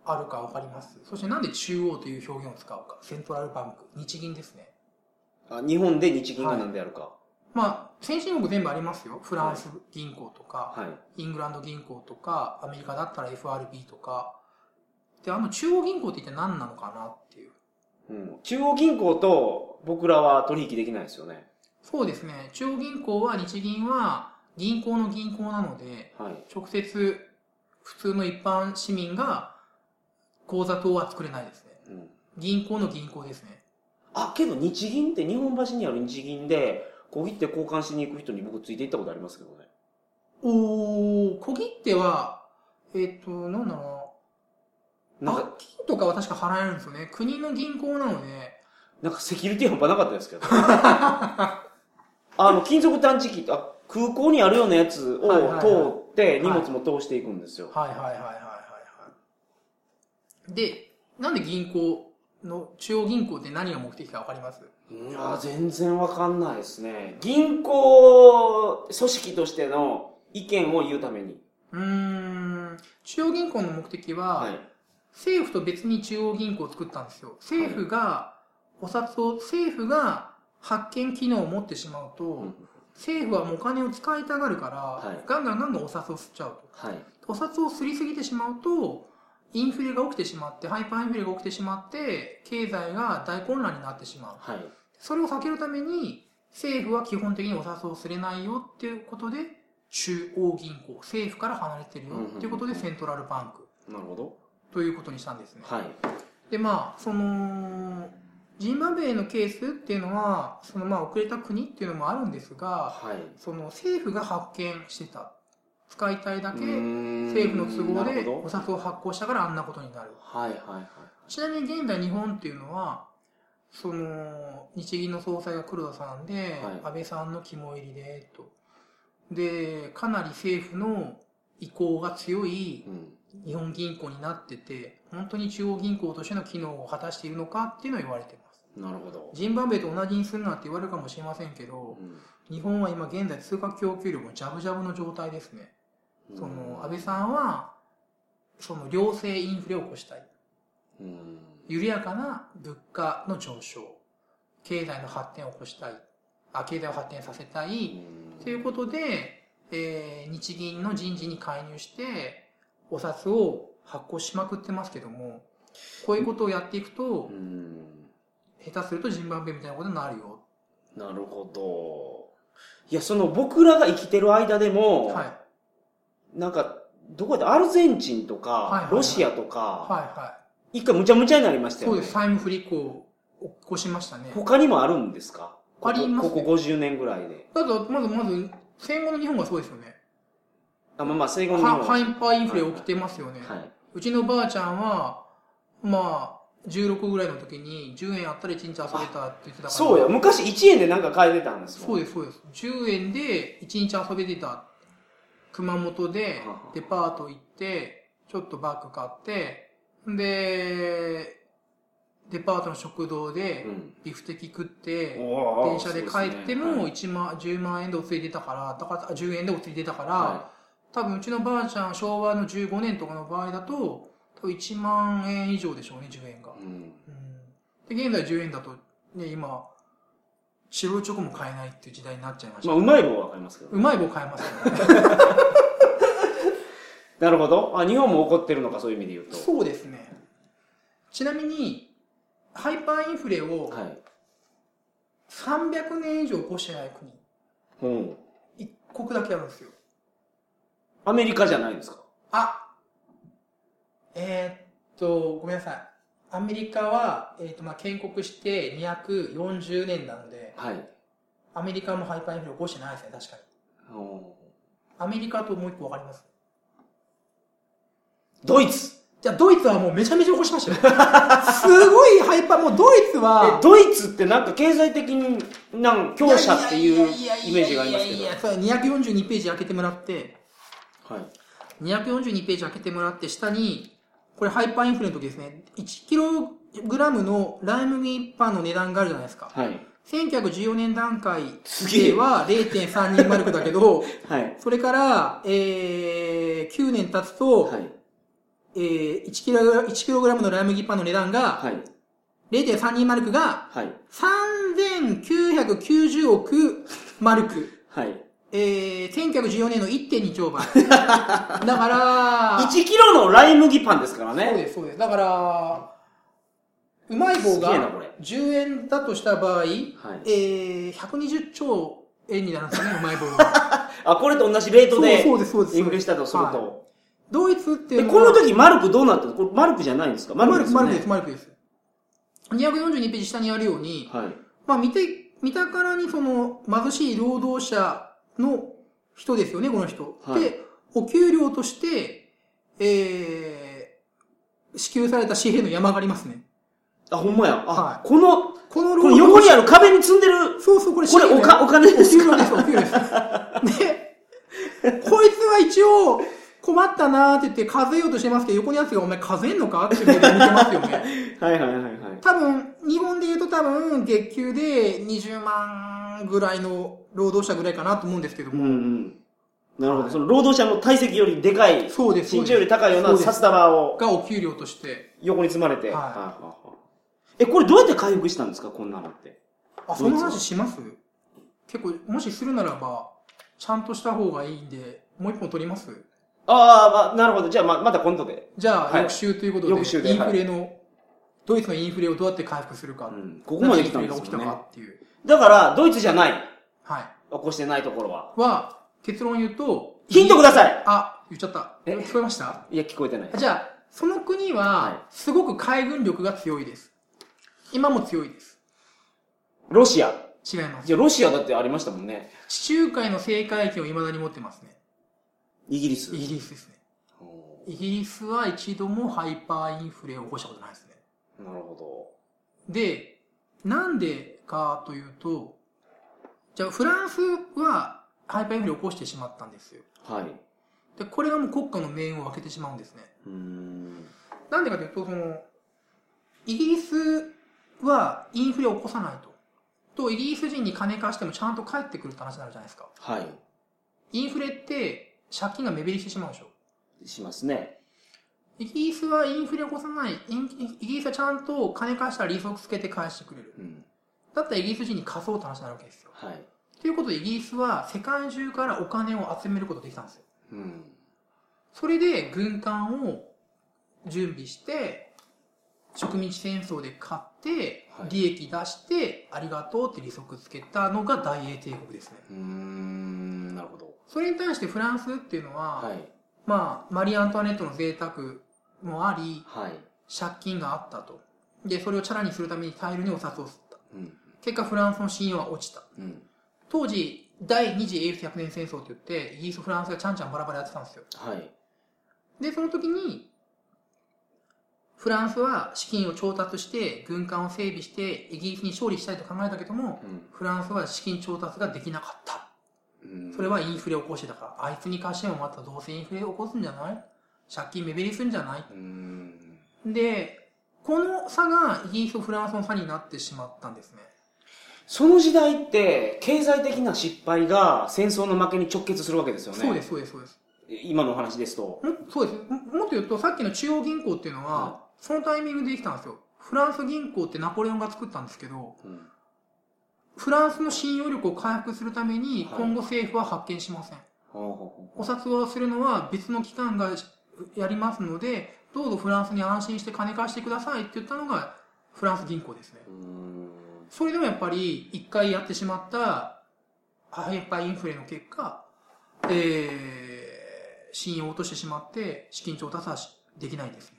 Speaker 2: あるかわかりますそしてなんで中央という表現を使うか。セントラルバンク、日銀ですね。
Speaker 1: あ日本で日銀が何であるか。
Speaker 2: まあ、先進国全部ありますよ。フランス銀行とか、
Speaker 1: はい。
Speaker 2: イングランド銀行とか、アメリカだったら FRB とか、で、あの中央銀行って一体何なのかなっていう。
Speaker 1: うん、中央銀行と僕らは取引できないですよね。
Speaker 2: そうですね。中央銀行は日銀は銀行の銀行なので、
Speaker 1: はい。
Speaker 2: 直接普通の一般市民が口座等は作れないですね。
Speaker 1: うん、
Speaker 2: 銀行の銀行ですね。
Speaker 1: あ、けど日銀って日本橋にある日銀で、小切手交換しに行く人に僕ついて行ったことありますけどね。
Speaker 2: おー、小切手は、えっ、と、なんだろうな。
Speaker 1: なん
Speaker 2: 罰
Speaker 1: か、
Speaker 2: 金とかは確か払えるんですよね。国の銀行なので、
Speaker 1: なんかセキュリティ半端なかったですけど。あの、金属探知機あ、空港にあるようなやつ
Speaker 2: はいはいはい
Speaker 1: を通って、荷物も通していくんですよ。
Speaker 2: はいはいはいはいはいはい。で、なんで銀行の、中央銀行って何が目的かわかります
Speaker 1: いやー、全然わかんないですね。銀行組織としての意見を言うために。
Speaker 2: うーん、中央銀行の目的は、
Speaker 1: はい。
Speaker 2: 政府と別に中央銀行を作ったんですよ。政府が、お札を、政府が発券機能を持ってしまうと、
Speaker 1: ん
Speaker 2: 政府はもうお金を使いたがるから、
Speaker 1: はい
Speaker 2: ガンガンガンガンお札を吸っちゃうと。
Speaker 1: はい。
Speaker 2: お札をすりすぎてしまうと、インフレが起きてしまって、ハイパーインフレが起きてしまって、経済が大混乱になってしまう。
Speaker 1: はい。
Speaker 2: それを避けるために、政府は基本的にお札をすれないよっていうことで、中央銀行、政府から離れてるよっていうことで、セントラルバンク
Speaker 1: なるほど。
Speaker 2: ということにしたんですね。
Speaker 1: はい。
Speaker 2: で、まあ、その、ジンバブエのケースっていうのは、そのまあ遅れた国っていうのもあるんですが、
Speaker 1: はい。
Speaker 2: その政府が発見してた。使いたいだけ、
Speaker 1: 政
Speaker 2: 政府の都
Speaker 1: な
Speaker 2: 合
Speaker 1: る
Speaker 2: で
Speaker 1: ほ
Speaker 2: お
Speaker 1: ど
Speaker 2: 札を発行したからあんなことになる。
Speaker 1: はいはいはい。
Speaker 2: ちなみに現在日本っていうのは、その、日銀の総裁が黒田さんで、
Speaker 1: はい
Speaker 2: 安倍さんの肝入りで、と。で、かなり政府の意向が強い
Speaker 1: うん
Speaker 2: 日本銀行になってて、本当に中央銀行としての機能を果たしているのかっていうのは言われてます。
Speaker 1: なるほど。
Speaker 2: ジンバブエと同じにするなって言われるかもしれませんけど、日本は今現在通貨供給量もジャブジャブの状態ですね。
Speaker 1: うん
Speaker 2: その、安倍さんは、その良性インフレを起こしたい。
Speaker 1: うん
Speaker 2: 緩やかな物価の上昇、経済の発展を起こしたい、あ経済を発展させたい、ということで、えー日銀の人事に介入して、お札を発行しまくってますけども、こういうことをやっていくと
Speaker 1: う、ん
Speaker 2: 下手するとジンバブエみたいなことになるよ。
Speaker 1: なるほど。いや、その僕らが生きてる間でも、
Speaker 2: はい。はい
Speaker 1: なんか、どこやったアルゼンチンとか、
Speaker 2: いはいはい
Speaker 1: ロシアとか、
Speaker 2: は
Speaker 1: 一回むちゃむちゃになりまし
Speaker 2: い。
Speaker 1: た
Speaker 2: そ
Speaker 1: よ
Speaker 2: う
Speaker 1: ね。
Speaker 2: です。債務不履行を起こしましたね。
Speaker 1: 他にもあるんですか
Speaker 2: ありますね
Speaker 1: ここここ50年ぐらいで。
Speaker 2: だと、まずまず、戦後の日本がそうですよね。
Speaker 1: あ、まあまあ、生後
Speaker 2: は
Speaker 1: の日本
Speaker 2: ハイパーインフレ起きてますよね。
Speaker 1: はいう
Speaker 2: ちのばあちゃんは、まあ、16ぐらいの時に、10円あったら1日遊べたって言ってたから。
Speaker 1: そうや、昔1円でなんか買えてたんです
Speaker 2: そう
Speaker 1: で
Speaker 2: です、そうです。10円で1日遊べてた。熊本で
Speaker 1: はは、
Speaker 2: デパート行って、ちょっとバッグ買って、で、デパートの食堂で
Speaker 1: う、ん
Speaker 2: ビフテキ食って、
Speaker 1: おー
Speaker 2: 電車で帰って
Speaker 1: そう
Speaker 2: も
Speaker 1: で
Speaker 2: 1万、10万円でお釣り出たから、だから、あ10円でお釣り出たから、
Speaker 1: すねは
Speaker 2: 多分うちのばあちゃん昭和の15年とかの場合だと多分1万円以上でしょうね10円が
Speaker 1: い、うん
Speaker 2: うん、で現在10円だとね今白いチョコも買えないっていう時代になっちゃいました、
Speaker 1: まあ、うまい棒はわかりますけどね
Speaker 2: うまい棒買えますよね
Speaker 1: なるほど。あ、日本も怒ってるのか、そういう意味で言うと。
Speaker 2: そうですねちなみにハイパーインフレを
Speaker 1: はい。
Speaker 2: 300年以上起こしてない国
Speaker 1: うん。
Speaker 2: 一国だけあるんですよ
Speaker 1: アメリカじゃないですか。
Speaker 2: あえーっと、ごめんなさい。アメリカは、えーっと、まあ、建国して240年なので、
Speaker 1: はい。
Speaker 2: アメリカもハイパーインフレ起こしてないですね、確かに。
Speaker 1: お
Speaker 2: アメリカともう一個わかります
Speaker 1: ドイツ
Speaker 2: じゃあドイツはもうめちゃめちゃ起こしましたよ。 すごいハイパー、もうドイツは
Speaker 1: え、ドイツってなんか経済的になん強者っていうイメージがありますけ
Speaker 2: い
Speaker 1: ど
Speaker 2: やいやいやいやいや。そう242ページ開けてもらって、
Speaker 1: はい。
Speaker 2: 242ページ開けてもらって、下に、これハイパーインフレの時ですね、1kg のライ麦一般の値段があるじゃないですか。
Speaker 1: はい。
Speaker 2: 1914年段階
Speaker 1: すげえ
Speaker 2: では0.3人マルクだけど、
Speaker 1: はい。
Speaker 2: それから、えー、9年経つと、
Speaker 1: はい。
Speaker 2: えー、1kg, 1kg のライ麦パンの値段が、
Speaker 1: はい。
Speaker 2: 0.32マルクが、
Speaker 1: はい。
Speaker 2: 3990億マルク。
Speaker 1: はい。
Speaker 2: えー、1914年の1.2 兆倍。だから、
Speaker 1: 1キロのライ麦パンですから
Speaker 2: そう
Speaker 1: ね。
Speaker 2: です、そうです。だから、うまい
Speaker 1: す
Speaker 2: 棒
Speaker 1: げえな、
Speaker 2: が
Speaker 1: これ。
Speaker 2: 10円だとした場合、えー、120兆円になるんですよね、うまい棒 が。
Speaker 1: あ、これと同じレート
Speaker 2: そう
Speaker 1: で
Speaker 2: そうです、そうです。
Speaker 1: インフレしたとする
Speaker 2: はい
Speaker 1: と。
Speaker 2: ドイツってい
Speaker 1: で、
Speaker 2: う
Speaker 1: こ
Speaker 2: は
Speaker 1: の時マルクどうなってるこれマルクじゃないんですかマ
Speaker 2: マ
Speaker 1: ルクで
Speaker 2: ルク、
Speaker 1: すよ
Speaker 2: マル
Speaker 1: ね
Speaker 2: クです、マルクです。242ページ下にあるように、
Speaker 1: はい。
Speaker 2: まあ見て、見たからにその貧しい労働者の人ですよね、この人。
Speaker 1: はい
Speaker 2: で、お給料として、えー、支給された紙幣の山がありますね。
Speaker 1: あ、ほんまや。
Speaker 2: は
Speaker 1: あ、この、
Speaker 2: この
Speaker 1: この横に
Speaker 2: 者
Speaker 1: ある壁に積んでる、
Speaker 2: そうそう、これ
Speaker 1: これ
Speaker 2: 紙
Speaker 1: お
Speaker 2: 幣
Speaker 1: か、お金です か
Speaker 2: お給料です、お給料です。で、こいつは一応、困ったなーって言って数えようとしてますけど、横にやつがお前数えんのかって目で見てますよね。
Speaker 1: はいはいはいはい。
Speaker 2: 多分、日本で言うと多分、月給で20万ぐらいの労働者ぐらいかなと思うんですけど
Speaker 1: うん
Speaker 2: も。
Speaker 1: うん。なるほど。その労働者の体積よりでかい、
Speaker 2: そうです。
Speaker 1: 身長より高いよう
Speaker 2: そ
Speaker 1: な
Speaker 2: うです
Speaker 1: 札束を
Speaker 2: がお給料として。
Speaker 1: 横に積まれて。
Speaker 2: はい
Speaker 1: はいはいはいえ、これどうやって回復したんですかこんなのって。
Speaker 2: あ、その話します結構、もしするならば、ちゃんとした方がいいんで、もう一本取ります
Speaker 1: ああ、まあ、なるほど。じゃあ、ま、また今度で。
Speaker 2: じゃ
Speaker 1: は
Speaker 2: あ、
Speaker 1: い
Speaker 2: 翌週ということで、
Speaker 1: 翌週で
Speaker 2: インフレの、ドイツのインフレをどうやって回復するか。
Speaker 1: うん。ここまで来たんで
Speaker 2: なぜインフ
Speaker 1: すけ
Speaker 2: レが起きた
Speaker 1: どね。
Speaker 2: かっていう。
Speaker 1: だから、ドイツじゃない。
Speaker 2: はい。
Speaker 1: 起こしてないところは。
Speaker 2: は、結論言うと、
Speaker 1: ヒントください
Speaker 2: あ、言っちゃった。
Speaker 1: え
Speaker 2: 聞こえました
Speaker 1: いや、聞こえてない。
Speaker 2: じゃあ、その国は
Speaker 1: は、
Speaker 2: すごく海軍力が強いです。今も強いです。
Speaker 1: ロシア。
Speaker 2: 違います。
Speaker 1: じゃあ、ロシアだってありましたもんね。
Speaker 2: 地中海の制海権を未だに持ってますね。
Speaker 1: イギリス
Speaker 2: イ。ギリスですね。
Speaker 1: お
Speaker 2: イギリスは一度もハイパーインフレを起こしたことないですね。
Speaker 1: ーなるほ
Speaker 2: で、なんでかというと、じゃあフランスはハイパーインフレを起こしてしまったんですよ。
Speaker 1: ど。はい。
Speaker 2: で、これがもう国家の命運を分けてしまうんですね。
Speaker 1: うーん。
Speaker 2: なんでかというと、その、イギリスはインフレを起こさないと。と、イギリス人に金貸してもちゃんと返ってくるって話になるじゃないですか。
Speaker 1: はい。
Speaker 2: インフレって借金が目減りしてしまうでしょ。
Speaker 1: しますね。
Speaker 2: イギリスはインフレを起こさない。インイギリスはちゃんと金貸したら利息つけて返してくれる。
Speaker 1: うん。
Speaker 2: だったらイギリス人に貸そうって話になるわけですよ。
Speaker 1: はい。
Speaker 2: ということでイギリスは世界中からお金を集めることができたんですよ。
Speaker 1: うん。
Speaker 2: それで軍艦を準備して、植民地戦争で買って
Speaker 1: は、い
Speaker 2: 利益出して、ありがとうって利息つけたのが大英帝国ですね。
Speaker 1: うーん。なるほど。
Speaker 2: それに対してフランスっていうのは、
Speaker 1: はい。
Speaker 2: まあ、マリー・アントワネットの贅沢もあり、
Speaker 1: はい。
Speaker 2: 借金があったと。で、それをチャラにするために大量にお札を吸った。
Speaker 1: うん。
Speaker 2: 結果、フランスの信用は落ちた。
Speaker 1: うん。
Speaker 2: 当時、第二次英仏100年戦争って言って、イギリスとフランスがちゃんちゃんバラバラやってたんですよ。
Speaker 1: はい。
Speaker 2: で、その時に、フランスは資金を調達して、軍艦を整備して、イギリスに勝利したいと考えたけども、フランスは資金調達ができなかった。
Speaker 1: うん。
Speaker 2: それはインフレを起こしてたから、あいつに貸してもまたどうせインフレ起こすんじゃない借金目減りするんじゃないう
Speaker 1: ーん。
Speaker 2: で、この差がイギリスとフランスの差になってしまったんですね。
Speaker 1: その時代って、経済的な失敗が戦争の負けに直結するわけですよね。
Speaker 2: そうです、そうです、そうです。
Speaker 1: 今のお話ですと。
Speaker 2: もそうです。ももっと言うと、さっきの中央銀行っていうのは、
Speaker 1: は
Speaker 2: そのタイミングでできたんですよ。フランス銀行ってナポレオンが作ったんですけど、
Speaker 1: うん
Speaker 2: フランスの信用力を回復するために、
Speaker 1: はい
Speaker 2: 今後政府は発見しません。
Speaker 1: ほうほう
Speaker 2: お
Speaker 1: ほ
Speaker 2: 札をするのは別の機関がやりますので、どうぞフランスに安心して金貸してくださいって言ったのが、フランス銀行ですね。
Speaker 1: ううーん
Speaker 2: それでもやっぱり、一回やってしまった、ハイパーインフレの結果、えー、信用を落としてしまって、資金調達はしできないんですね。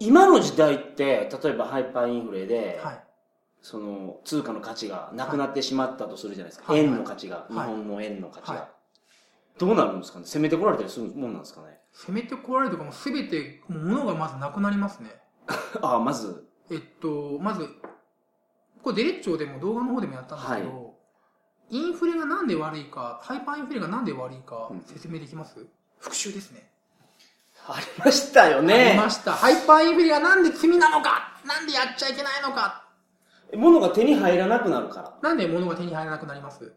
Speaker 1: 今の時代って、例えばハイパーインフレで、
Speaker 2: はい。
Speaker 1: その通貨の価値がなくなってしまったとするじゃないですか。
Speaker 2: はい
Speaker 1: 円の価値が、
Speaker 2: い
Speaker 1: 日本の円の価値が、
Speaker 2: は
Speaker 1: どうなるんですかね攻めてこられたりするもんなんですかね
Speaker 2: 攻めてこられるとかも全て、もう物がまずなくなりますね。
Speaker 1: ああ、まず、
Speaker 2: えっと、まず、これデレッチョでも動画の方でもやったんですけど、インフレがなんで悪いか、ハイパーインフレがなんで悪いか
Speaker 1: うん
Speaker 2: 説明できます、復習ですね。
Speaker 1: ありましたよ
Speaker 2: あり
Speaker 1: ね
Speaker 2: ま。した。ハイパーインフレがなんで罪なのかなんでやっちゃいけないのか
Speaker 1: 物が手に入らなくなるから。
Speaker 2: なんで物が手に入らなくなります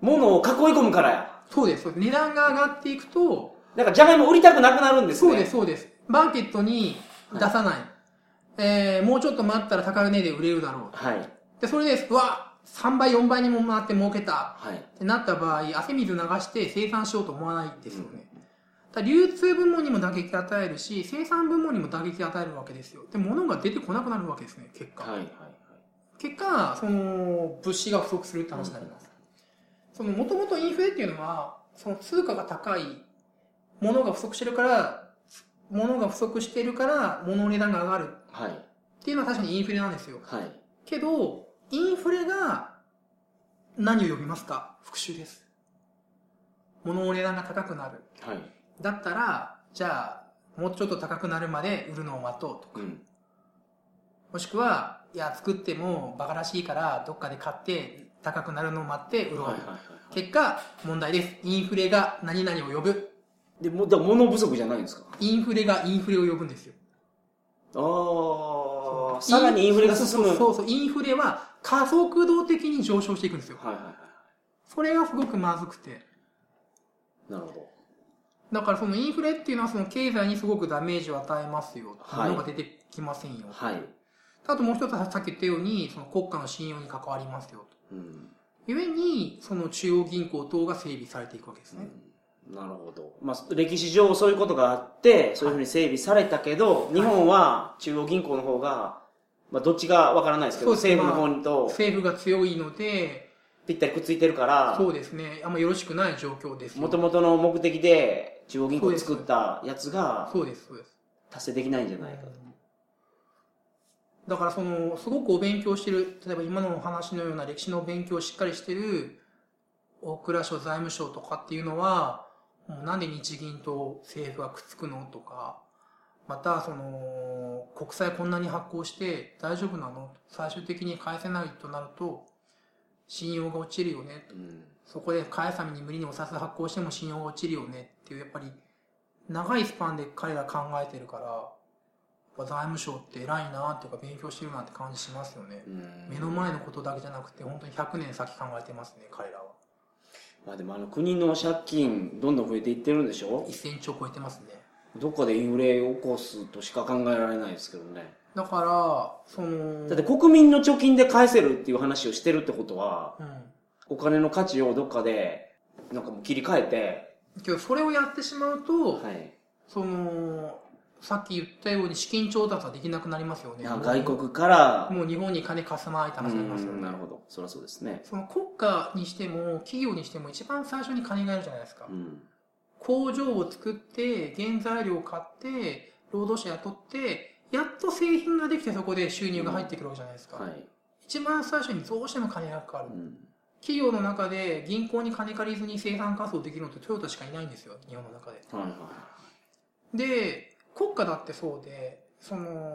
Speaker 1: 物を囲い込むからや。
Speaker 2: そうです。そうです値段が上がっていくと、
Speaker 1: なんか、じゃがいも売りたくなくなるんですね。
Speaker 2: そうです、そうです。マーケットに出さない。えー、もうちょっと待ったら高値で売れるだろ
Speaker 1: はい。
Speaker 2: う。で、それで、うわ3倍、4倍にも回って儲けた。
Speaker 1: はい。
Speaker 2: ってなった場合、汗水流して生産しようと思わないですよね。だから流通部門にも打撃与えるし、生産部門にも打撃与えるわけですよ。で、物が出てこなくなるわけですね、結果。
Speaker 1: はい。はい。
Speaker 2: 結果、その、物資が不足するって話になります。その、もともとインフレっていうのは、その通貨が高い、物が不足してるから、物が不足してるから、物の値段が上がる
Speaker 1: はい。
Speaker 2: っていうのは確かにインフレなんですよ。
Speaker 1: はい。
Speaker 2: けど、インフレが何を呼びますか復讐です。物の値段が高くなる。
Speaker 1: はい。
Speaker 2: だったら、じゃあ、もうちょっと高くなるまで売るのを待とうと
Speaker 1: う
Speaker 2: か。
Speaker 1: ん。
Speaker 2: もしくは、いや、作ってもバカらしいから、どっかで買って、高くなるのを待って売ろう。
Speaker 1: はい。はい。
Speaker 2: 結果、問題です。インフレが何々を呼ぶ。
Speaker 1: で、も、だから物不足じゃないんですか
Speaker 2: インフレがインフレを呼ぶんですよ。
Speaker 1: ああ、さらにインフレが進む。
Speaker 2: そうそうそうそう、インフレは加速度的に上昇していくんですよ。
Speaker 1: はいはいは
Speaker 2: それがすごくまずくて。
Speaker 1: い。なるほ
Speaker 2: だからそのインフレっていうのはその経済にすごくダメージを与えますよ。
Speaker 1: はい
Speaker 2: 物が出てきませんよ
Speaker 1: ど。。はい。
Speaker 2: あともう一つはさっき言ったように、その国家の信用に関わりますよ。
Speaker 1: うん。
Speaker 2: ゆえに、その中央銀行等が整備されていくわけですね。
Speaker 1: なるほど。まあ、歴史上そういうことがあって、そういうふうに整備されたけど、日本は中央銀行の方が、まあ、どっちがわからないですけど、
Speaker 2: そうですね
Speaker 1: 政府の方にと
Speaker 2: 政府が強いので、
Speaker 1: ぴったりくっついてるから、
Speaker 2: そうですね、あんまよろしくない状況ですよ。
Speaker 1: もともとの目的で中央銀行を作ったやつが
Speaker 2: そうです、そうです。
Speaker 1: 達成できないんじゃないかと。
Speaker 2: だからその、すごくお勉強してる、例えば今のお話のような歴史の勉強をしっかりしてる、大蔵省財務省とかっていうのは、もうなんで日銀と政府がくっつくのとか、またその、国債こんなに発行して大丈夫なの最終的に返せないとなると、信用が落ちるよね。
Speaker 1: うん。
Speaker 2: そこで返すために無理にお札発行しても信用が落ちるよねっていう、やっぱり、長いスパンで彼ら考えてるから、やっぱ財務省って偉いなっていうか勉強してるなって感じしますよね。目の前のことだけじゃなくて、本当に100年先考えてますね、彼らは。
Speaker 1: まあでもあの国の借金どんどん増えていってるんでしょ
Speaker 2: 1000兆超えてますね。
Speaker 1: どっかでインフレを起こすとしか考えられないですけどね。
Speaker 2: だから、その、
Speaker 1: だって国民の貯金で返せるっていう話をしてるってことは、
Speaker 2: うん。
Speaker 1: お金の価値をどっかで、なんかもう切り替えて、
Speaker 2: けど、それをやってしまうと、
Speaker 1: はい。
Speaker 2: その、さっき言ったように資金調達はできなくなりますよね。
Speaker 1: いや外国から、
Speaker 2: もう日本に金貸すまいって話になりますよ
Speaker 1: う
Speaker 2: ね。
Speaker 1: んなるほど。そりゃそうですね。
Speaker 2: その国家にしても企業にしても一番最初に金がいるじゃないですか、
Speaker 1: うん。
Speaker 2: 工場を作って原材料を買って労働者雇ってやっと製品ができてそこで収入が入ってくるわけじゃないですか、
Speaker 1: はい。
Speaker 2: 一番最初にどうしても金がかかる、
Speaker 1: うん。
Speaker 2: 企業の中で銀行に金借りずに生産活動できるのってトヨタしかいないんですよ日本の中で
Speaker 1: はいはい。
Speaker 2: で国家だってそうでその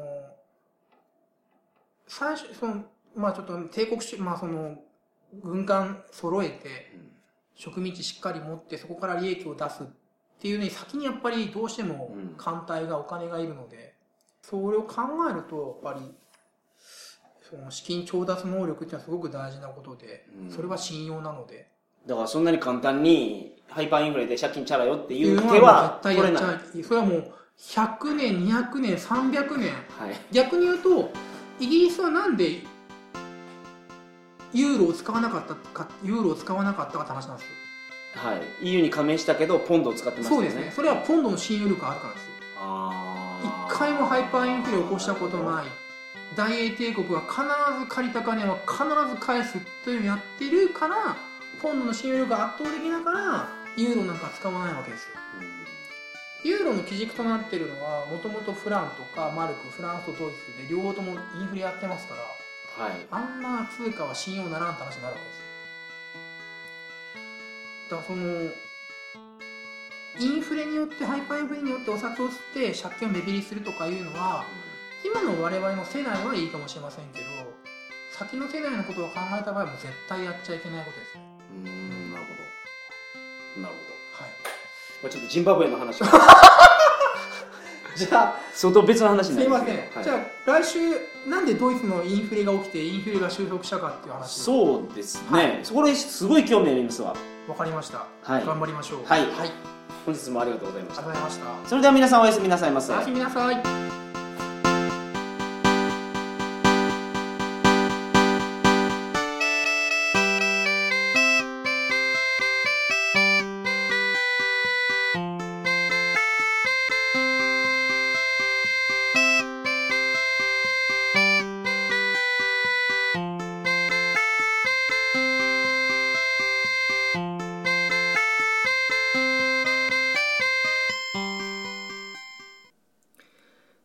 Speaker 2: 最初そのまあちょっと帝国主まあその軍艦揃えて、植民地しっかり持ってそこから利益を出すっていうのに先にやっぱりどうしても
Speaker 1: うん
Speaker 2: 艦隊がお金がいるので、それを考えるとやっぱりその資金調達能力っていうのはすごく大事なことで、
Speaker 1: うん
Speaker 2: それは信用なので、
Speaker 1: だからそんなに簡単に、ハイパーインフレで借金チャラよっていう
Speaker 2: の
Speaker 1: 手は取
Speaker 2: 絶対
Speaker 1: れ
Speaker 2: や
Speaker 1: ない。
Speaker 2: っち
Speaker 1: は
Speaker 2: ゃいそれはもう100年200年300年
Speaker 1: い。
Speaker 2: 逆に言うとイギリスはなんでユーロを使わなかったかユーロを使わなかったかって話なんですよ
Speaker 1: はい。EU に加盟したけど、ポンドを使ってました
Speaker 2: そ
Speaker 1: よ
Speaker 2: う
Speaker 1: ね。
Speaker 2: ですねそれはポンドの信用力があるからですよ一
Speaker 1: あー
Speaker 2: 回もハイパーインフレを起こしたことない大英帝国は必ず借りた金は必ず返すというのをやってるからポンドの信用力が圧倒的だからユーロなんか使わないわけですよユーロの基軸となってるのはもともとフランとかマルクフランスとドイツで両方ともインフレやってますから
Speaker 1: うんはい。
Speaker 2: あんな通貨は信用ならんって話になるわけですよだからそのインフレによってハイパーインフレによってお札を吸って借金を目減りするとかいうのは今の我々の世代はいいかもしれませんけど先の世代のことを考えた場合も絶対やっちゃいけないことですね
Speaker 1: うんうんなるほどなるほど、
Speaker 2: はい
Speaker 1: まあ、ちょっとジンバブエの話じゃあ相当別の話に
Speaker 2: す
Speaker 1: ないりま
Speaker 2: ますせん、
Speaker 1: ねはい
Speaker 2: じゃあ来週なんでドイツのインフレが起きてインフレが収束したかっていう話
Speaker 1: そうですね、
Speaker 2: は
Speaker 1: それすごい興味ありますわ
Speaker 2: わかりました、
Speaker 1: はい
Speaker 2: 頑張りましょう
Speaker 1: はい
Speaker 2: はい、あり
Speaker 1: 本日もありがとうございまし
Speaker 2: がと
Speaker 1: た
Speaker 2: うございました
Speaker 1: それでは皆さんおやすみなさいま
Speaker 2: お
Speaker 1: せ
Speaker 2: やすみなさい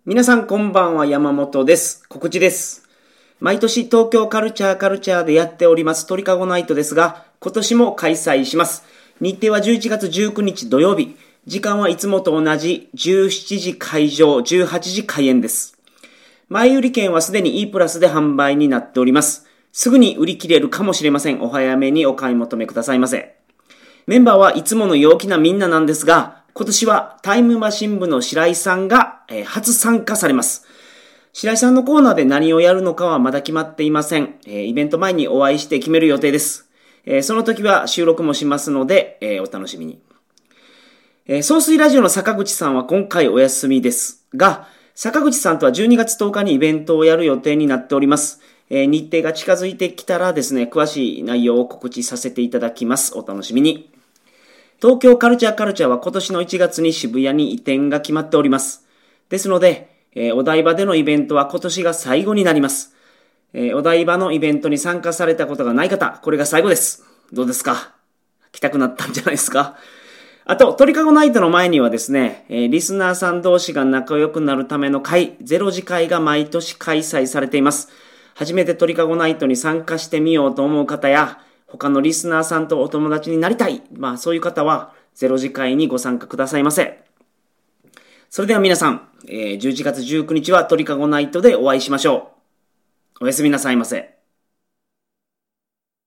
Speaker 1: 皆さんこんばんは山本です。告知です。毎年東京カルチャーカルチャーでやっております鳥かごナイトですが、今年も開催します。日程は11月19日土曜日。時間はいつもと同じ17時会場、18時開演です。前売り券はすでに E プラスで販売になっております。すぐに売り切れるかもしれません。お早めにお買い求めくださいませ。メンバーはいつもの陽気なみんななんですが、今年はタイムマシン部の白井さんが、えー初参加されます。白井さんのコーナーで何をやるのかはまだ決まっていません。えーイベント前にお会いして決める予定です。えーその時は収録もしますので、えーお楽しみに。えー、総水ラジオの坂口さんは今回お休みですが、坂口さんとは12月10日にイベントをやる予定になっております。えー日程が近づいてきたらですね、詳しい内容を告知させていただきます。お楽しみに。東京カルチャーカルチャーは今年の1月に渋谷に移転が決まっております。ですので、えーお台場でのイベントは今年が最後になります。えーお台場のイベントに参加されたことがない方、これが最後です。どうですか来たくなったんじゃないですかあと、鳥かごナイトの前にはですね、えーリスナーさん同士が仲良くなるための会、ゼロ次会が毎年開催されています。初めて鳥かごナイトに参加してみようと思う方や、他のリスナーさんとお友達になりたい、まあそういう方は、ゼロ次会にご参加くださいませ。それでは皆さん、えー11月19日は鳥かごナイトでお会いしましょう。おやすみなさいませ。